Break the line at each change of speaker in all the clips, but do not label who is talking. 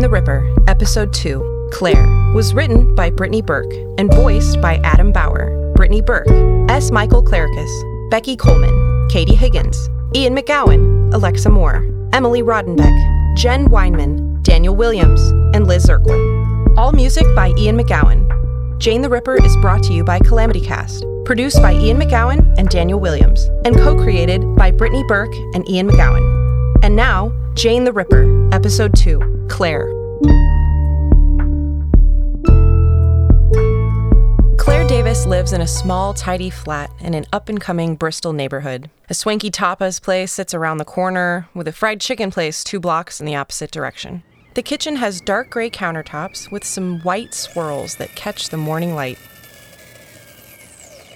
the Ripper, Episode 2, Claire, was written by Brittany Burke and voiced by Adam Bauer, Brittany Burke, S. Michael Clericus, Becky Coleman, Katie Higgins, Ian McGowan, Alexa Moore, Emily Rodenbeck, Jen Weinman, Daniel Williams, and Liz Zirklin. All music by Ian McGowan. Jane the Ripper is brought to you by Calamity Cast, produced by Ian McGowan and Daniel Williams, and co created by Brittany Burke and Ian McGowan. And now, Jane the Ripper, Episode 2 Claire. Claire Davis lives in a small, tidy flat in an up and coming Bristol neighborhood. A swanky tapas place sits around the corner, with a fried chicken place two blocks in the opposite direction. The kitchen has dark gray countertops with some white swirls that catch the morning light.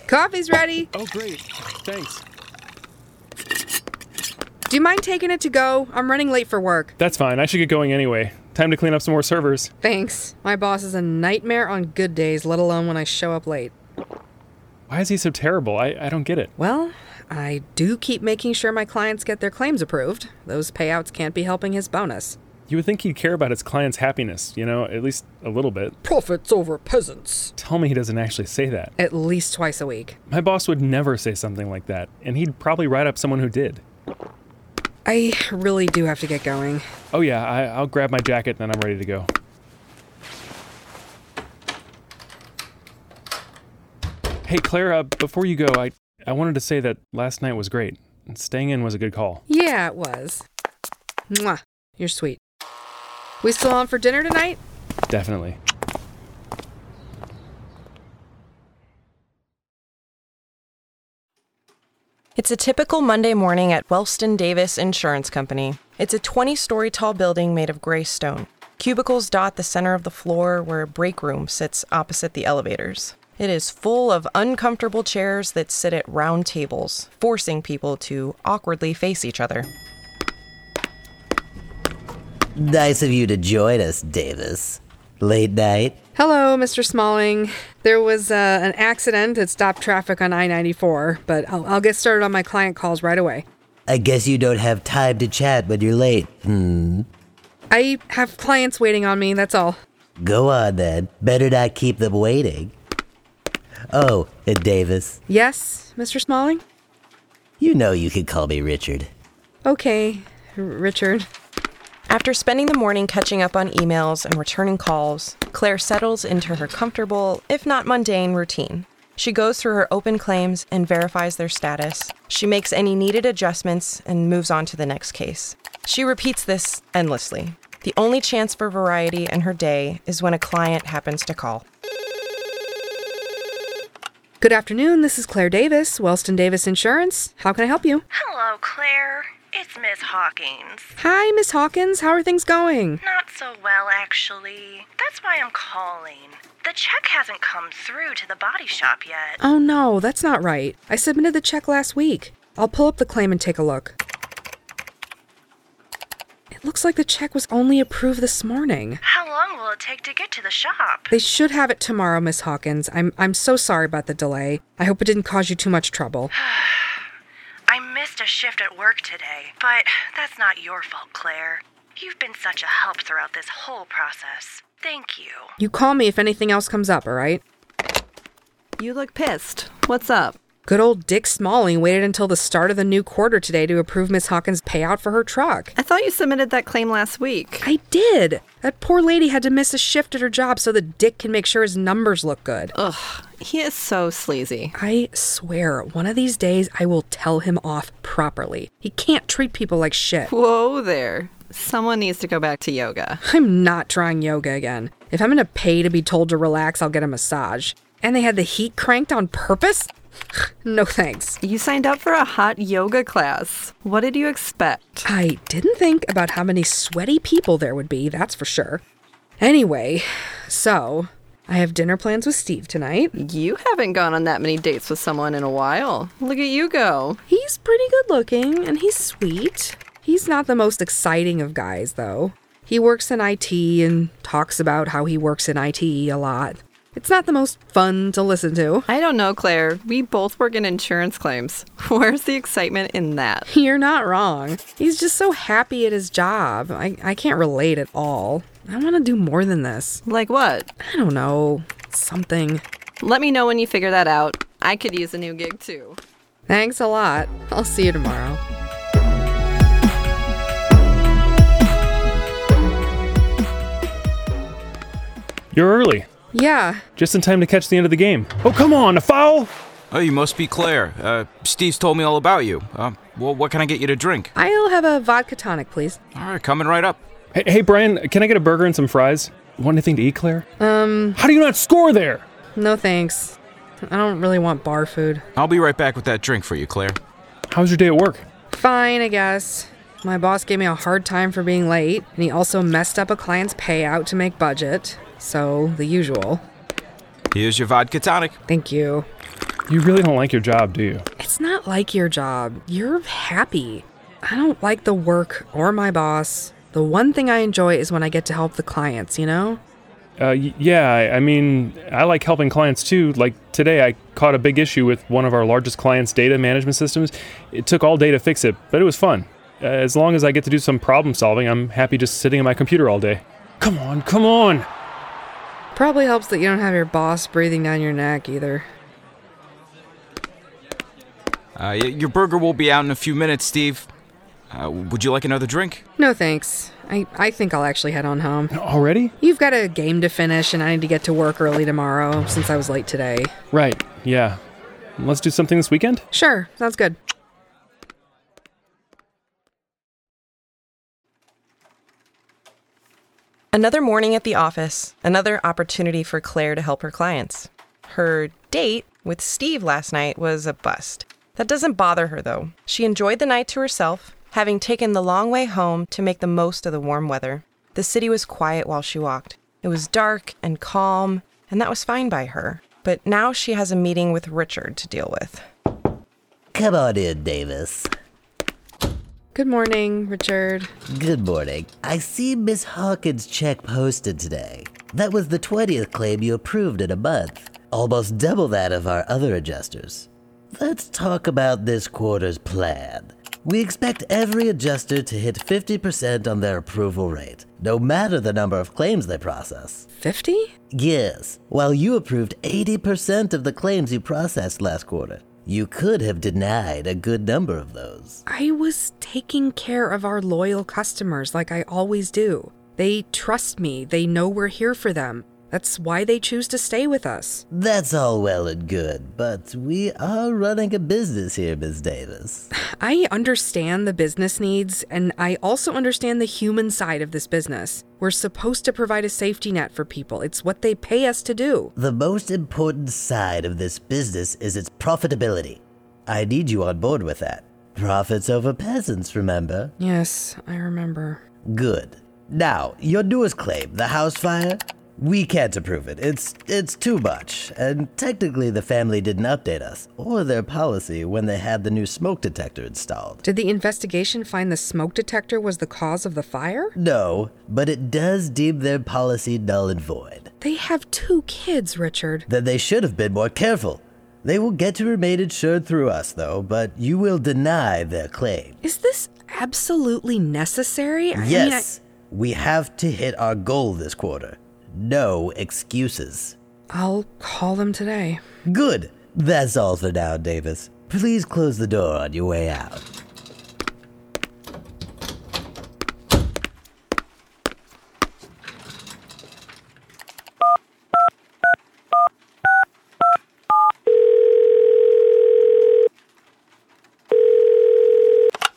Coffee's ready.
Oh, great. Thanks.
Do you mind taking it to go? I'm running late for work.
That's fine. I should get going anyway. Time to clean up some more servers.
Thanks. My boss is a nightmare on good days, let alone when I show up late.
Why is he so terrible? I, I don't get it.
Well, I do keep making sure my clients get their claims approved. Those payouts can't be helping his bonus.
You would think he'd care about his client's happiness, you know, at least a little bit.
Profits over peasants.
Tell me he doesn't actually say that.
At least twice a week.
My boss would never say something like that, and he'd probably write up someone who did.
I really do have to get going.
Oh, yeah, I, I'll grab my jacket and then I'm ready to go. Hey, Clara, before you go, I, I wanted to say that last night was great. and Staying in was a good call.
Yeah, it was. Mwah. You're sweet. We still on for dinner tonight?
Definitely.
It's a typical Monday morning at Wellston Davis Insurance Company. It's a 20 story tall building made of gray stone. Cubicles dot the center of the floor where a break room sits opposite the elevators. It is full of uncomfortable chairs that sit at round tables, forcing people to awkwardly face each other.
Nice of you to join us, Davis. Late night?
Hello, Mr. Smalling. There was uh, an accident that stopped traffic on I 94, but I'll, I'll get started on my client calls right away.
I guess you don't have time to chat when you're late. Hmm.
I have clients waiting on me, that's all.
Go on then. Better not keep them waiting. Oh, and Davis,
Yes, Mr. Smalling?
you know you can call me Richard.
Okay, R- Richard.
After spending the morning catching up on emails and returning calls, Claire settles into her comfortable, if not mundane, routine. She goes through her open claims and verifies their status. She makes any needed adjustments and moves on to the next case. She repeats this endlessly. The only chance for variety in her day is when a client happens to call.
Good afternoon, this is Claire Davis, Wellston Davis Insurance. How can I help you?
Hello, Claire. It's Miss Hawkins.
Hi, Miss Hawkins, how are things going?
Not so well, actually. That's why I'm calling. The check hasn't come through to the body shop yet.
Oh no, that's not right. I submitted the check last week. I'll pull up the claim and take a look. It looks like the check was only approved this morning.
How long will it take to get to the shop?
They should have it tomorrow, Miss Hawkins. I'm I'm so sorry about the delay. I hope it didn't cause you too much trouble.
I missed a shift at work today, but that's not your fault, Claire. You've been such a help throughout this whole process. Thank you.
You call me if anything else comes up, all right?
You look pissed. What's up?
Good old Dick Smalling waited until the start of the new quarter today to approve Miss Hawkins' payout for her truck.
I thought you submitted that claim last week.
I did. That poor lady had to miss a shift at her job so that Dick can make sure his numbers look good.
Ugh, he is so sleazy.
I swear, one of these days I will tell him off properly. He can't treat people like shit.
Whoa there. Someone needs to go back to yoga.
I'm not trying yoga again. If I'm gonna pay to be told to relax, I'll get a massage. And they had the heat cranked on purpose? no thanks.
You signed up for a hot yoga class. What did you expect?
I didn't think about how many sweaty people there would be, that's for sure. Anyway, so I have dinner plans with Steve tonight.
You haven't gone on that many dates with someone in a while. Look at you go.
He's pretty good looking and he's sweet. He's not the most exciting of guys, though. He works in IT and talks about how he works in IT a lot. It's not the most fun to listen to.
I don't know, Claire. We both work in insurance claims. Where's the excitement in that?
You're not wrong. He's just so happy at his job. I, I can't relate at all. I want to do more than this.
Like what?
I don't know. Something.
Let me know when you figure that out. I could use a new gig too.
Thanks a lot. I'll see you tomorrow.
You're early.
Yeah.
Just in time to catch the end of the game. Oh, come on, a foul!
Oh, you must be Claire. Uh, Steve's told me all about you. Uh, well, what can I get you to drink?
I'll have a vodka tonic, please.
All right, coming right up.
Hey, hey, Brian, can I get a burger and some fries? Want anything to eat, Claire? Um. How do you not score there?
No thanks. I don't really want bar food.
I'll be right back with that drink for you, Claire.
How's your day at work?
Fine, I guess. My boss gave me a hard time for being late, and he also messed up a client's payout to make budget. So, the usual.
Here's your vodka tonic.
Thank you.
You really don't like your job, do you?
It's not like your job. You're happy. I don't like the work or my boss. The one thing I enjoy is when I get to help the clients, you know?
Uh, y- yeah, I, I mean, I like helping clients too. Like today, I caught a big issue with one of our largest clients' data management systems. It took all day to fix it, but it was fun. Uh, as long as I get to do some problem solving, I'm happy just sitting at my computer all day. Come on, come on!
Probably helps that you don't have your boss breathing down your neck either.
Uh, y- your burger will be out in a few minutes, Steve. Uh, would you like another drink?
No thanks. I, I think I'll actually head on home.
Already?
You've got a game to finish, and I need to get to work early tomorrow since I was late today.
Right, yeah. Let's do something this weekend?
Sure, sounds good.
Another morning at the office, another opportunity for Claire to help her clients. Her date with Steve last night was a bust. That doesn't bother her though. She enjoyed the night to herself, having taken the long way home to make the most of the warm weather. The city was quiet while she walked. It was dark and calm, and that was fine by her. But now she has a meeting with Richard to deal with.
Come on in, Davis.
Good morning, Richard.
Good morning. I see Miss Hawkins' check posted today. That was the 20th claim you approved in a month, almost double that of our other adjusters. Let's talk about this quarter's plan. We expect every adjuster to hit 50% on their approval rate, no matter the number of claims they process.
50?
Yes, while you approved 80% of the claims you processed last quarter, you could have denied a good number of those.
I was taking care of our loyal customers like I always do. They trust me, they know we're here for them. That's why they choose to stay with us.
That's all well and good, but we are running a business here, Miss Davis.
I understand the business needs, and I also understand the human side of this business. We're supposed to provide a safety net for people, it's what they pay us to do.
The most important side of this business is its profitability. I need you on board with that. Profits over peasants, remember?
Yes, I remember.
Good. Now, your newest claim, the house fire, we can't approve it. It's it's too much. And technically the family didn't update us or their policy when they had the new smoke detector installed.
Did the investigation find the smoke detector was the cause of the fire?
No, but it does deem their policy null and void.
They have two kids, Richard.
Then they should have been more careful. They will get to remain insured through us, though, but you will deny their claim.
Is this absolutely necessary? I mean, I-
Yes, we have to hit our goal this quarter. No excuses.
I'll call them today.
Good. That's all for now, Davis. Please close the door on your way out.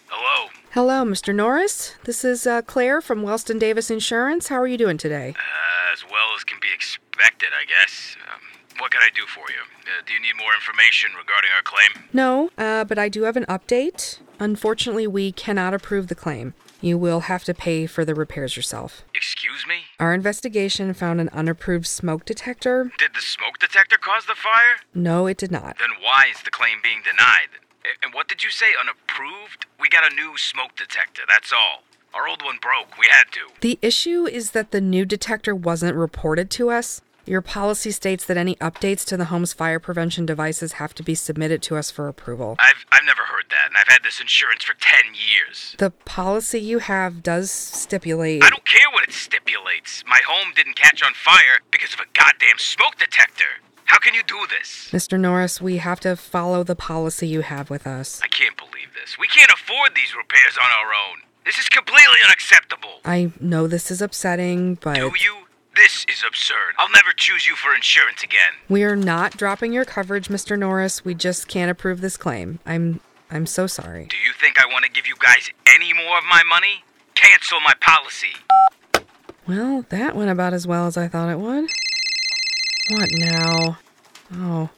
Hello.
Hello, Mr. Norris. This is uh, Claire from Wellston Davis Insurance. How are you doing today?
Uh, as well as can be expected, I guess. Um, what can I do for you? Uh, do you need more information regarding our claim?
No, uh, but I do have an update. Unfortunately, we cannot approve the claim. You will have to pay for the repairs yourself.
Excuse me?
Our investigation found an unapproved smoke detector.
Did the smoke detector cause the fire?
No, it did not.
Then why is the claim being denied? A- And what did you say? Unapproved? We got a new smoke detector, that's all. Our old one broke. We had to.
The issue is that the new detector wasn't reported to us. Your policy states that any updates to the home's fire prevention devices have to be submitted to us for approval.
I've, I've never heard that, and I've had this insurance for 10 years.
The policy you have does stipulate.
I don't care what it stipulates. My home didn't catch on fire because of a goddamn smoke detector. How can you do this?
Mr. Norris, we have to follow the policy you have with us.
I can't believe this. We can't afford these repairs on our own. This is completely unacceptable.
I know this is upsetting, but
Do you? This is absurd. I'll never choose you for insurance again.
we are not dropping your coverage, Mr. Norris. We just can't approve this claim. I'm I'm so sorry.
Do you think I want to give you guys any more of my money? Cancel my policy.
Well, that went about as well as I thought it would. What now? Oh.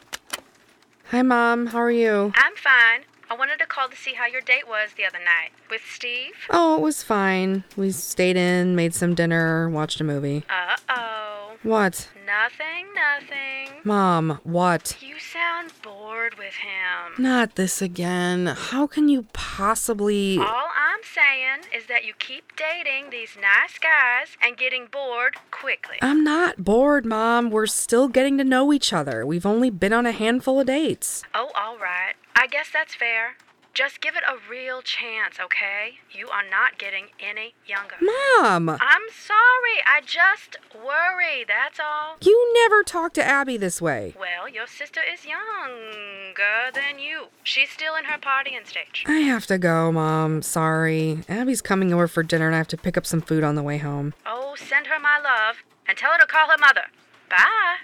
Hi mom, how are you?
I'm fine. I wanted to call to see how your date was the other night with Steve.
Oh, it was fine. We stayed in, made some dinner, watched a movie.
Uh oh.
What?
Nothing, nothing.
Mom, what?
You sound bored with him.
Not this again. How can you possibly
All I'm saying is that you keep dating these nice guys and getting bored quickly.
I'm not bored, Mom. We're still getting to know each other. We've only been on a handful of dates.
Oh, all right. I guess that's fair. Just give it a real chance, okay? You are not getting any younger.
Mom!
I'm sorry. I just worry. That's all.
You never talk to Abby this way.
Well, your sister is younger than you. She's still in her partying stage.
I have to go, Mom. Sorry. Abby's coming over for dinner and I have to pick up some food on the way home.
Oh, send her my love and tell her to call her mother. Bye.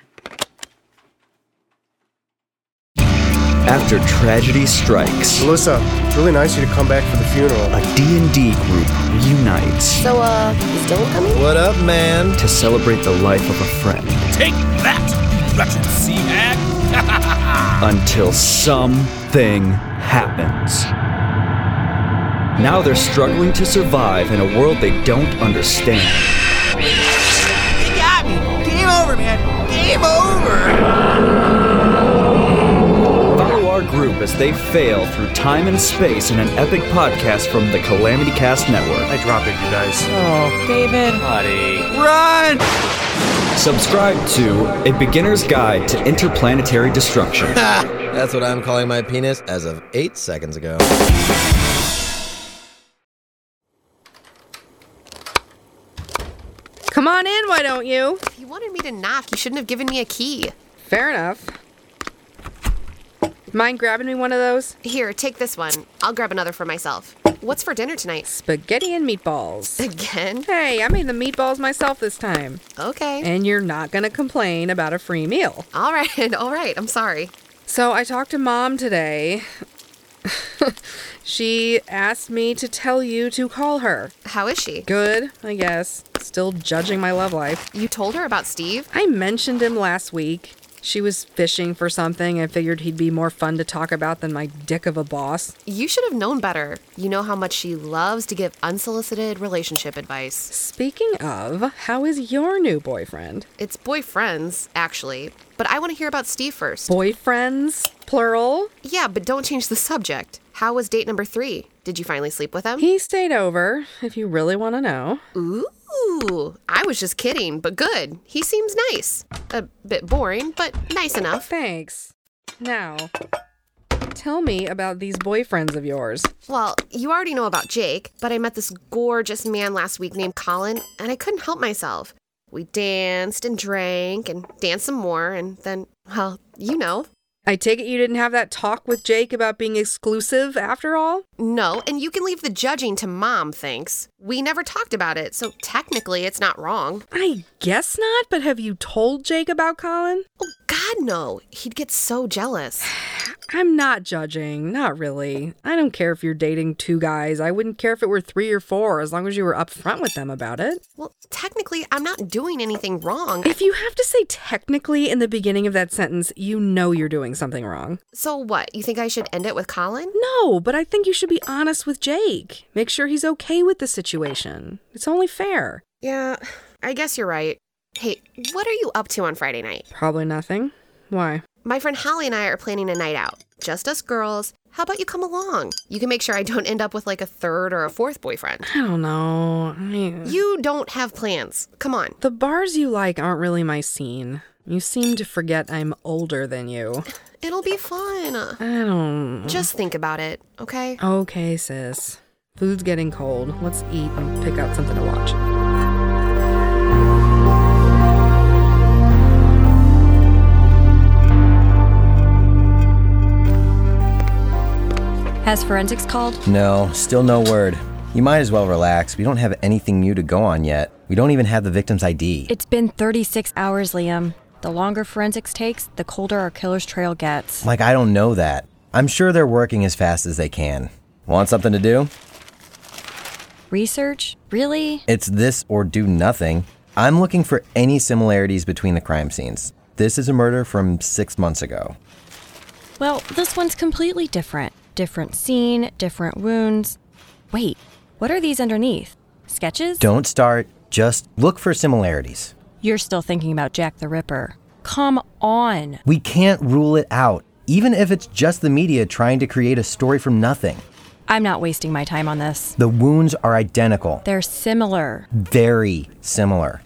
After tragedy strikes,
Melissa, it's really nice of you to come back for the funeral.
a D&D group reunites
So, uh, is Dylan coming?
What up, man?
to celebrate the life of a friend
Take that, you wretched sea hag!
until something happens. Now they're struggling to survive in a world they don't understand.
They got me. Game over, man. Game over.
Follow our group as they fail through time and space in an epic podcast from the Calamity Cast Network.
I drop it, you guys.
Run.
Subscribe to A Beginner's Guide to Interplanetary Destruction.
That's what I'm calling my penis as of eight seconds ago.
Come on in, why don't you?
If you wanted me to knock, you shouldn't have given me a key.
Fair enough. Mind grabbing me one of those?
Here, take this one. I'll grab another for myself. What's for dinner tonight?
Spaghetti and meatballs.
Again?
Hey, I made the meatballs myself this time.
Okay.
And you're not gonna complain about a free meal.
All right, all right. I'm sorry.
So I talked to mom today. she asked me to tell you to call her.
How is she?
Good, I guess. Still judging my love life.
You told her about Steve?
I mentioned him last week. She was fishing for something. I figured he'd be more fun to talk about than my dick of a boss.
You should have known better. You know how much she loves to give unsolicited relationship advice.
Speaking of, how is your new boyfriend?
It's boyfriends, actually. But I want to hear about Steve first.
Boyfriends? Plural?
yeah, but don't change the subject. How was date number three? Did you finally sleep with him?
He stayed over, if you really want to know.
Ooh, I was just kidding, but good. He seems nice. A bit boring, but nice enough.
Thanks. Now, tell me about these boyfriends of yours.
Well, you already know about Jake, but I met this gorgeous man last week named Colin, and I couldn't help myself. We danced and drank and danced some more, and then, well, you know.
I take it you didn't have that talk with Jake about being exclusive after all?
No, and you can leave the judging to mom, thanks. We never talked about it, so technically it's not wrong.
I guess not, but have you told Jake about Colin?
Oh, God, no. He'd get so jealous.
I'm not judging, not really. I don't care if you're dating two guys. I wouldn't care if it were three or four, as long as you were upfront with them about it.
Well, technically, I'm not doing anything wrong.
If you have to say technically in the beginning of that sentence, you know you're doing something wrong.
So what? You think I should end it with Colin?
No, but I think you should be honest with Jake. Make sure he's okay with the situation. It's only fair.
Yeah, I guess you're right. Hey, what are you up to on Friday night?
Probably nothing. Why?
My friend Holly and I are planning a night out. Just us girls. How about you come along? You can make sure I don't end up with like a third or a fourth boyfriend.
I don't know. I...
You don't have plans. Come on.
The bars you like aren't really my scene. You seem to forget I'm older than you.
It'll be fun.
I don't.
Just think about it, okay?
Okay, sis. Food's getting cold. Let's eat and pick out something to watch.
Has forensics called?
No, still no word. You might as well relax. We don't have anything new to go on yet. We don't even have the victim's ID.
It's been 36 hours, Liam. The longer forensics takes, the colder our killer's trail gets.
Like, I don't know that. I'm sure they're working as fast as they can. Want something to do?
Research? Really?
It's this or do nothing. I'm looking for any similarities between the crime scenes. This is a murder from six months ago.
Well, this one's completely different. Different scene, different wounds. Wait, what are these underneath? Sketches?
Don't start, just look for similarities.
You're still thinking about Jack the Ripper. Come on.
We can't rule it out, even if it's just the media trying to create a story from nothing.
I'm not wasting my time on this.
The wounds are identical,
They're similar.
very similar.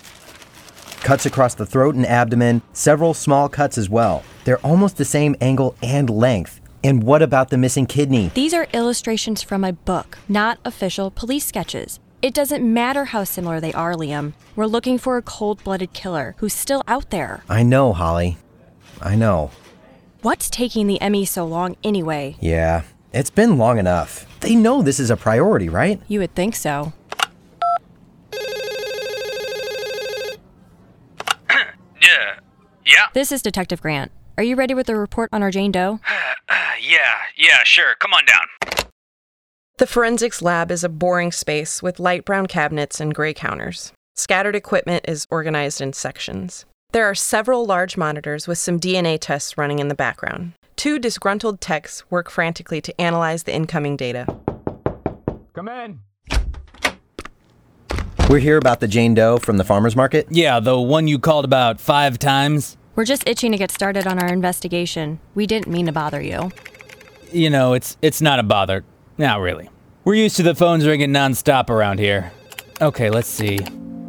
Cuts across the throat and abdomen, several small cuts as well. They're almost the same angle and length. And what about the missing kidney?
These are illustrations from a book, not official police sketches. It doesn't matter how similar they are, Liam. We're looking for a cold blooded killer who's still out there.
I know, Holly. I know.
What's taking the Emmy so long anyway?
Yeah, it's been long enough. They know this is a priority, right?
You would think so.
Yeah. Yeah?
This is Detective Grant. Are you ready with the report on our Jane Doe?
Uh, yeah, yeah, sure. Come on down.
The forensics lab is a boring space with light brown cabinets and gray counters. Scattered equipment is organized in sections. There are several large monitors with some DNA tests running in the background. Two disgruntled techs work frantically to analyze the incoming data.
Come in.
We're here about the Jane Doe from the farmer's market.
Yeah, the one you called about five times.
We're just itching to get started on our investigation. We didn't mean to bother you.
You know, it's it's not a bother. Not really. We're used to the phones ringing nonstop around here. Okay, let's see.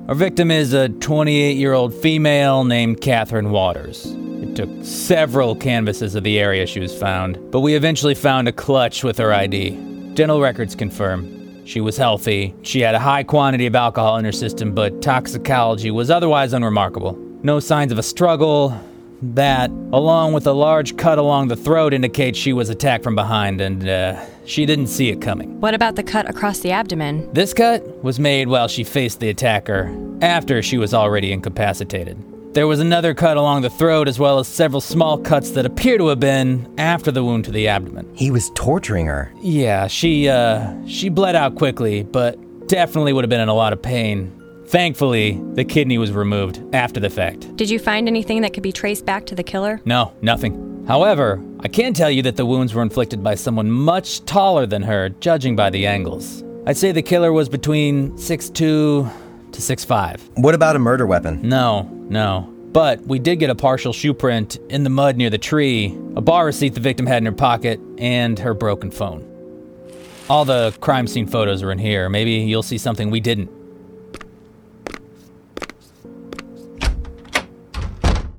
Our victim is a 28-year-old female named Catherine Waters. It took several canvases of the area she was found, but we eventually found a clutch with her ID. Dental records confirm she was healthy. She had a high quantity of alcohol in her system, but toxicology was otherwise unremarkable. No signs of a struggle. That, along with a large cut along the throat, indicates she was attacked from behind, and uh, she didn't see it coming.
What about the cut across the abdomen?
This cut was made while she faced the attacker, after she was already incapacitated. There was another cut along the throat, as well as several small cuts that appear to have been after the wound to the abdomen.
He was torturing her.
Yeah, she uh, she bled out quickly, but definitely would have been in a lot of pain. Thankfully, the kidney was removed after the fact.
Did you find anything that could be traced back to the killer?
No, nothing. However, I can tell you that the wounds were inflicted by someone much taller than her, judging by the angles. I'd say the killer was between 6'2 to 6'5.
What about a murder weapon?
No, no. But we did get a partial shoe print in the mud near the tree, a bar receipt the victim had in her pocket, and her broken phone. All the crime scene photos are in here. Maybe you'll see something we didn't.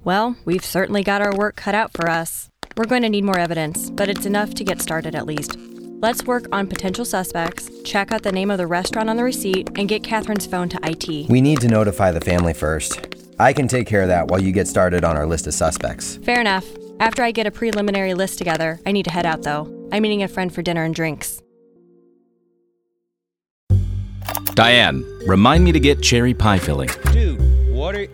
Well, we've certainly got our work cut out for us. We're going to need more evidence, but it's enough to get started at least. Let's work on potential suspects, check out the name of the restaurant on the receipt, and get Catherine's phone to IT.
We need to notify the family first. I can take care of that while you get started on our list of suspects.
Fair enough. After I get a preliminary list together, I need to head out though. I'm meeting a friend for dinner and drinks.
Diane, remind me to get cherry pie filling.
Dude, what are.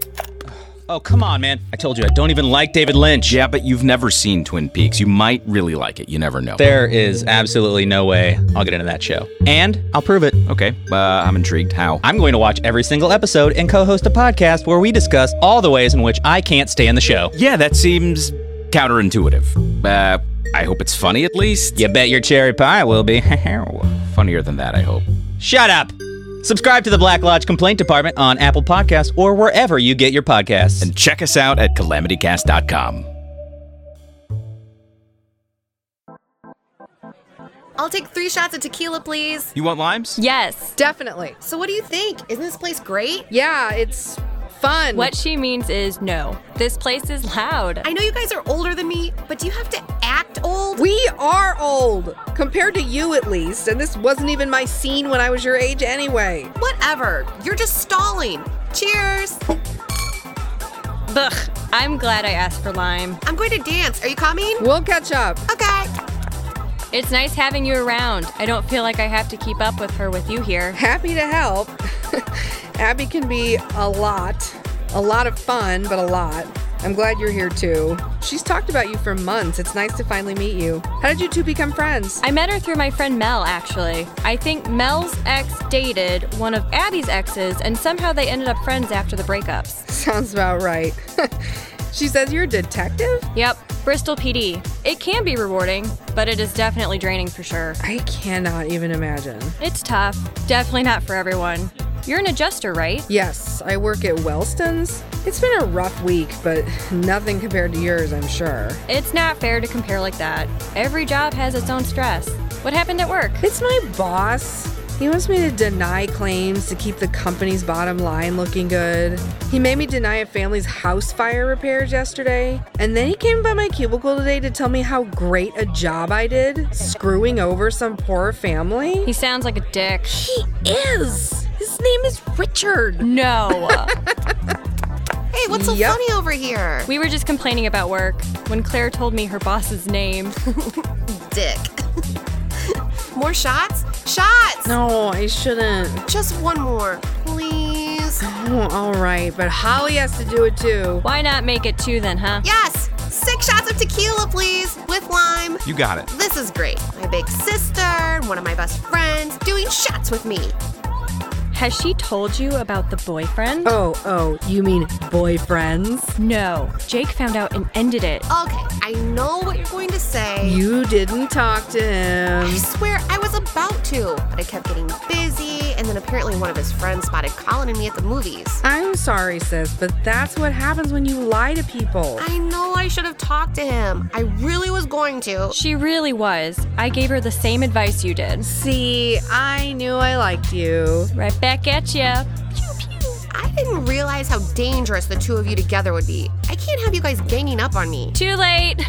Oh, come on, man.
I told you I don't even like David Lynch. Yeah, but you've never seen Twin Peaks. You might really like it. You never know.
There is absolutely no way I'll get into that show. And I'll prove it.
Okay, uh, I'm intrigued. How?
I'm going to watch every single episode and co host a podcast where we discuss all the ways in which I can't stay in the show.
Yeah, that seems counterintuitive. Uh, I hope it's funny at least.
You bet your cherry pie will be.
Funnier than that, I hope.
Shut up! Subscribe to the Black Lodge Complaint Department on Apple Podcasts or wherever you get your podcasts.
And check us out at calamitycast.com.
I'll take three shots of tequila, please.
You want limes?
Yes.
Definitely.
So, what do you think? Isn't this place great?
Yeah, it's fun.
What she means is no. This place is loud.
I know you guys are older than me, but do you have to act old?
We are old, compared to you at least, and this wasn't even my scene when I was your age anyway.
Whatever. You're just stalling. Cheers.
Ugh, I'm glad I asked for lime.
I'm going to dance. Are you coming?
We'll catch up.
Okay.
It's nice having you around. I don't feel like I have to keep up with her with you here.
Happy to help. Abby can be a lot, a lot of fun, but a lot. I'm glad you're here too. She's talked about you for months. It's nice to finally meet you. How did you two become friends?
I met her through my friend Mel, actually. I think Mel's ex dated one of Abby's exes, and somehow they ended up friends after the breakups.
Sounds about right. she says you're a detective?
Yep, Bristol PD. It can be rewarding, but it is definitely draining for sure.
I cannot even imagine.
It's tough. Definitely not for everyone. You're an adjuster, right?
Yes, I work at Wellston's. It's been a rough week, but nothing compared to yours, I'm sure.
It's not fair to compare like that. Every job has its own stress. What happened at work?
It's my boss. He wants me to deny claims to keep the company's bottom line looking good. He made me deny a family's house fire repairs yesterday, and then he came by my cubicle today to tell me how great a job I did screwing over some poor family.
He sounds like a dick.
He is. His name is Richard.
No.
hey, what's so
Yep.
funny over here?
we were just complaining about work when Claire told me her boss's name.
Dick. more shots? Shots!
No, I shouldn't.
Just one more, please.
Oh, all right, but Holly has to do it too.
Why not make it two then, huh?
Yes! Six shots of tequila, please, with lime.
You got it.
This is great. My big sister and one of my best friends doing shots with me.
Has she told you about the boyfriend?
Oh, oh, you mean boyfriends?
No. Jake found out and ended it.
Okay, I know what you're going to say.
You didn't talk to
I
him.
swear I was about to, but I kept getting busy, and then apparently one of his friends spotted Colin and me at the movies.
I'm sorry, sis, but that's what happens when you lie to people.
I know I should have talked to him. I really was going to.
She really was. I gave her the same advice you did.
See, I knew I liked you.
Right back at ya.
I didn't realize how dangerous the two of you together would be. I can't have you guys ganging up on me.
Too late.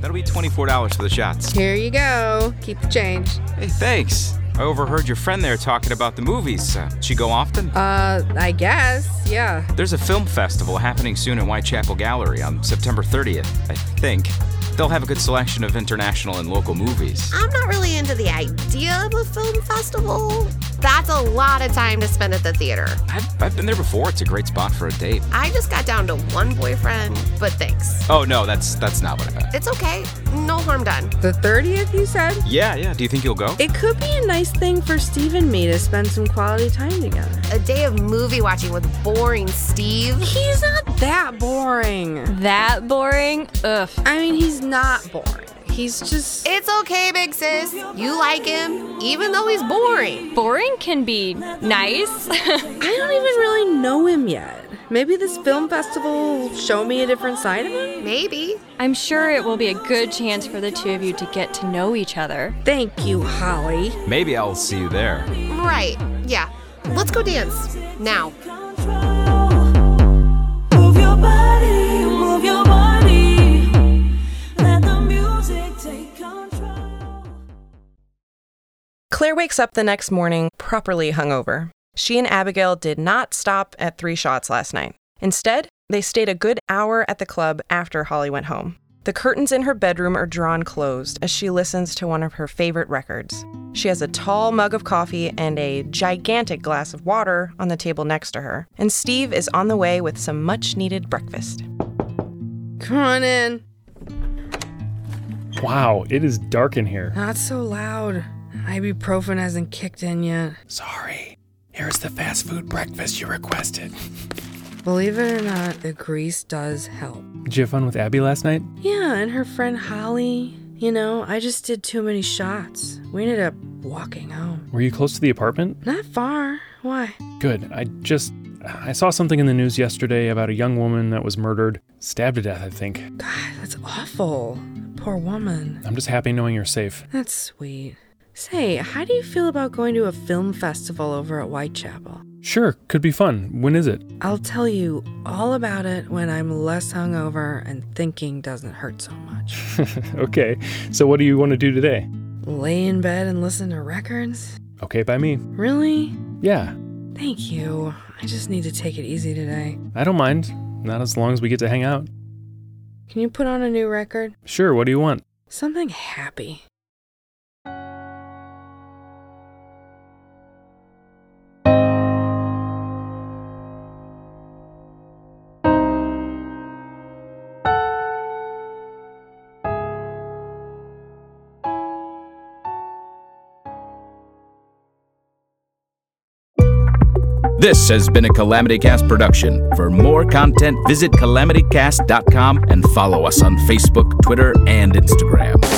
That'll be $24 for the shots.
Here you go. Keep the change.
Hey, thanks. I overheard your friend there talking about the movies. Uh, she go often?
Uh, I guess, yeah.
There's a film festival happening soon at Whitechapel Gallery on September 30th, I think. They'll have a good selection of international and local movies.
I'm not really into the idea of a film festival. That's a lot of time to spend at the theater.
I've, I've been there before. It's a great spot for a date.
I just got down to one boyfriend, but thanks.
Oh no, that's that's not what I meant.
It's okay. No harm done.
The 30th, you said?
Yeah, yeah. Oh. Do you think you'll go?
It could be a nice thing for Steve and me to spend some quality time together.
A day of movie watching with boring Steve.
He's not that boring.
that boring? Ugh.
I mean, he's not boring. He's just.
It's okay, big sis. You like him, even though he's boring.
Boring can be nice.
I don't even really know him yet. Maybe this film festival will show me a different side of him?
Maybe.
I'm sure it will be a good chance for the two of you to get to know each other.
Thank you, Holly.
Maybe I'll see you there.
Right. Yeah. Let's go dance. Now.
Move your body, move your body. Let the music take control.
Claire wakes up the next morning properly hungover. She and Abigail did not stop at three shots last night. Instead, they stayed a good hour at the club after Holly went home. The curtains in her bedroom are drawn closed as she listens to one of her favorite records. She has a tall mug of coffee and a gigantic glass of water on the table next to her, and Steve is on the way with some much needed breakfast.
Come on in.
Wow, it is dark in here.
Not so loud. Ibuprofen hasn't kicked in yet.
Sorry. Here's the fast food breakfast you requested.
Believe it or not, the grease does help.
Did you have fun with Abby last night?
Yeah, and her friend Holly. You know, I just did too many shots. We ended up walking home.
Were you close to the apartment?
Not far. Why?
Good. I just. I saw something in the news yesterday about a young woman that was murdered, stabbed to death, I think.
That's awful. Poor woman.
I'm just happy knowing you're safe.
That's sweet. Say, how do you feel about going to a film festival over at Whitechapel?
Sure, could be fun. When is it?
I'll tell you all about it when I'm less hungover and thinking doesn't hurt so much.
okay, so what do you want to do today?
Lay in bed and listen to records?
Okay by me.
Really?
Yeah,
Thank you. I just need to take it easy today.
I don't mind. Not as long as we get to hang out.
Can you put on a new record?
Sure, what do you want?
Something happy.
This has been a Calamity Cast production. For more content, visit calamitycast.com and follow us on Facebook, Twitter, and Instagram.